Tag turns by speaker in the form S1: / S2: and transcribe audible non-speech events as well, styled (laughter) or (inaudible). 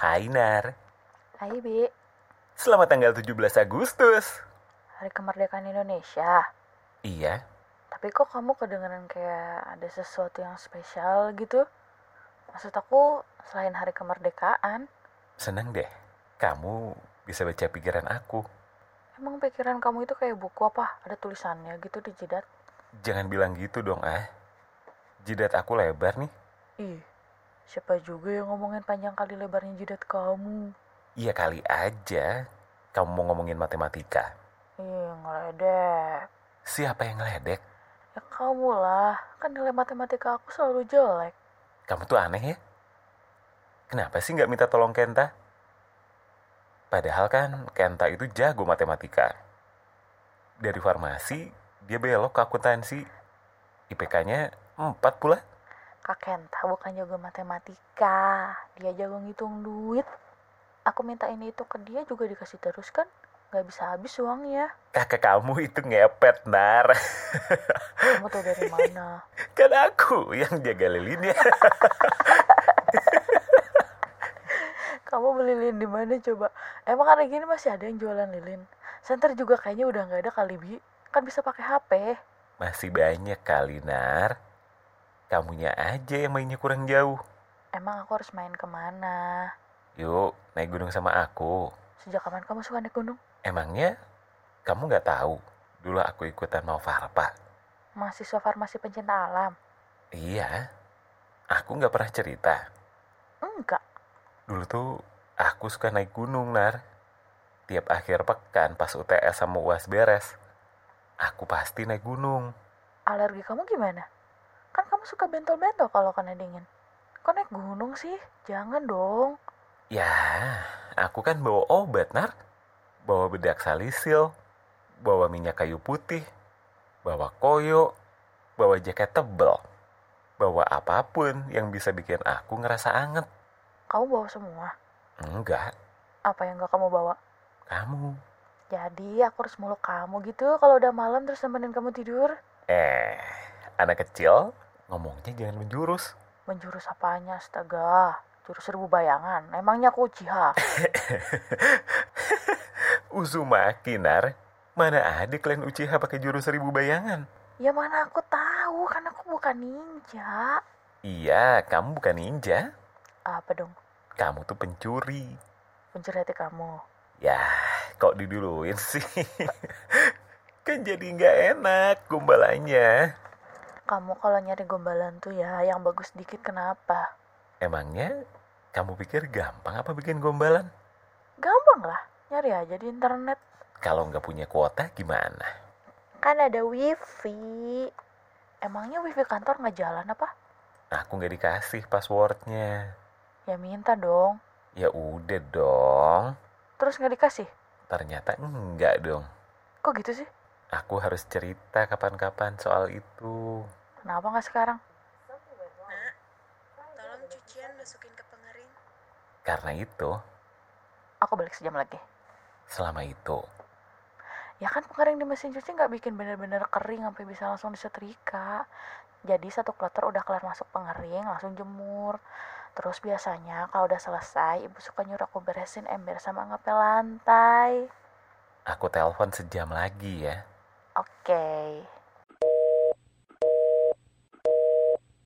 S1: Ainar.
S2: Hai Bi,
S1: Selamat tanggal 17 Agustus.
S2: hari kemerdekaan Indonesia.
S1: Iya,
S2: Tapi kok kamu kedengeran kayak ada sesuatu yang spesial gitu? Maksud aku selain hari kemerdekaan,
S1: senang deh. Kamu bisa baca pikiran aku.
S2: emang pikiran kamu itu kayak buku apa? Ada tulisannya gitu di jidat?
S1: Jangan bilang gitu dong, ah. Jidat aku lebar nih.
S2: Ih, siapa juga yang ngomongin panjang kali lebarnya jidat kamu?
S1: Iya kali aja. Kamu mau ngomongin matematika.
S2: Ih, ngeledek.
S1: Siapa yang ngeledek?
S2: Ya kamu lah, kan nilai matematika aku selalu jelek.
S1: Kamu tuh aneh ya? Kenapa sih nggak minta tolong Kenta? Padahal kan Kenta itu jago matematika. Dari farmasi, dia belok ke akuntansi. IPK-nya 4 pula.
S2: Kak Kenta bukan jago matematika, dia jago ngitung duit. Aku minta ini itu ke dia juga dikasih terus kan? Gak bisa habis uangnya.
S1: Kakak kamu itu ngepet, Nar. (laughs)
S2: Kamu tau dari mana?
S1: Kan aku yang jaga lilinnya.
S2: Kamu beli lilin di mana coba? Emang hari gini masih ada yang jualan lilin? Center juga kayaknya udah nggak ada kali bi. Kan bisa pakai HP.
S1: (laughs) Masih banyak kali, Nar. Kamunya aja yang mainnya kurang jauh.
S2: Emang aku harus main kemana?
S1: Yuk, naik gunung sama aku.
S2: Sejak kapan kamu suka naik gunung?
S1: Emangnya kamu nggak tahu? Dulu aku ikutan mau farpa.
S2: Mahasiswa farmasi pencinta alam?
S1: Iya, aku nggak pernah cerita.
S2: Enggak.
S1: Dulu tuh aku suka naik gunung, Nar. Tiap akhir pekan pas UTS sama UAS beres, aku pasti naik gunung.
S2: Alergi kamu gimana? Kan kamu suka bentol-bentol kalau kena dingin. Kok naik gunung sih? Jangan dong.
S1: Ya, aku kan bawa obat, Nar. Bawa bedak salisil, bawa minyak kayu putih, bawa koyo, bawa jaket tebel, bawa apapun yang bisa bikin aku ngerasa anget.
S2: Kamu bawa semua.
S1: Enggak,
S2: Apa yang gak kamu bawa?
S1: kamu.
S2: Jadi aku harus meluk kamu gitu kalau udah malam terus nemenin kamu tidur.
S1: Eh, anak kecil ngomongnya jangan menjurus.
S2: Menjurus apanya astaga? Jurus serbu bayangan. Emangnya aku ujiha?
S1: Uzumaki, Nar. Mana ada kalian Uchiha pakai jurus seribu bayangan?
S2: ya mana aku tahu kan aku bukan ninja.
S1: Iya, kamu bukan ninja.
S2: Apa dong?
S1: Kamu tuh pencuri.
S2: Pencuri hati kamu.
S1: Ya, kok diduluin sih? (laughs) kan jadi nggak enak gombalannya.
S2: Kamu kalau nyari gombalan tuh ya yang bagus dikit kenapa?
S1: Emangnya kamu pikir gampang apa bikin gombalan?
S2: Gampang lah. Nyari aja di internet.
S1: Kalau nggak punya kuota gimana?
S2: Kan ada wifi. Emangnya wifi kantor nggak jalan apa?
S1: Aku nggak dikasih passwordnya.
S2: Ya minta dong.
S1: Ya udah dong.
S2: Terus nggak dikasih?
S1: Ternyata enggak dong.
S2: Kok gitu sih?
S1: Aku harus cerita kapan-kapan soal itu.
S2: Kenapa nggak sekarang?
S3: Tolong cucian masukin ke pengering.
S1: Karena itu,
S2: Aku balik sejam lagi.
S1: selama itu,
S2: Ya kan pengering di mesin cuci nggak bikin bener-bener kering sampai bisa langsung disetrika. Jadi satu kloter udah kelar masuk pengering, langsung jemur. Terus biasanya kalau udah selesai, ibu suka nyuruh aku beresin ember sama ngepel lantai.
S1: aku telepon sejam lagi ya.
S2: Oke.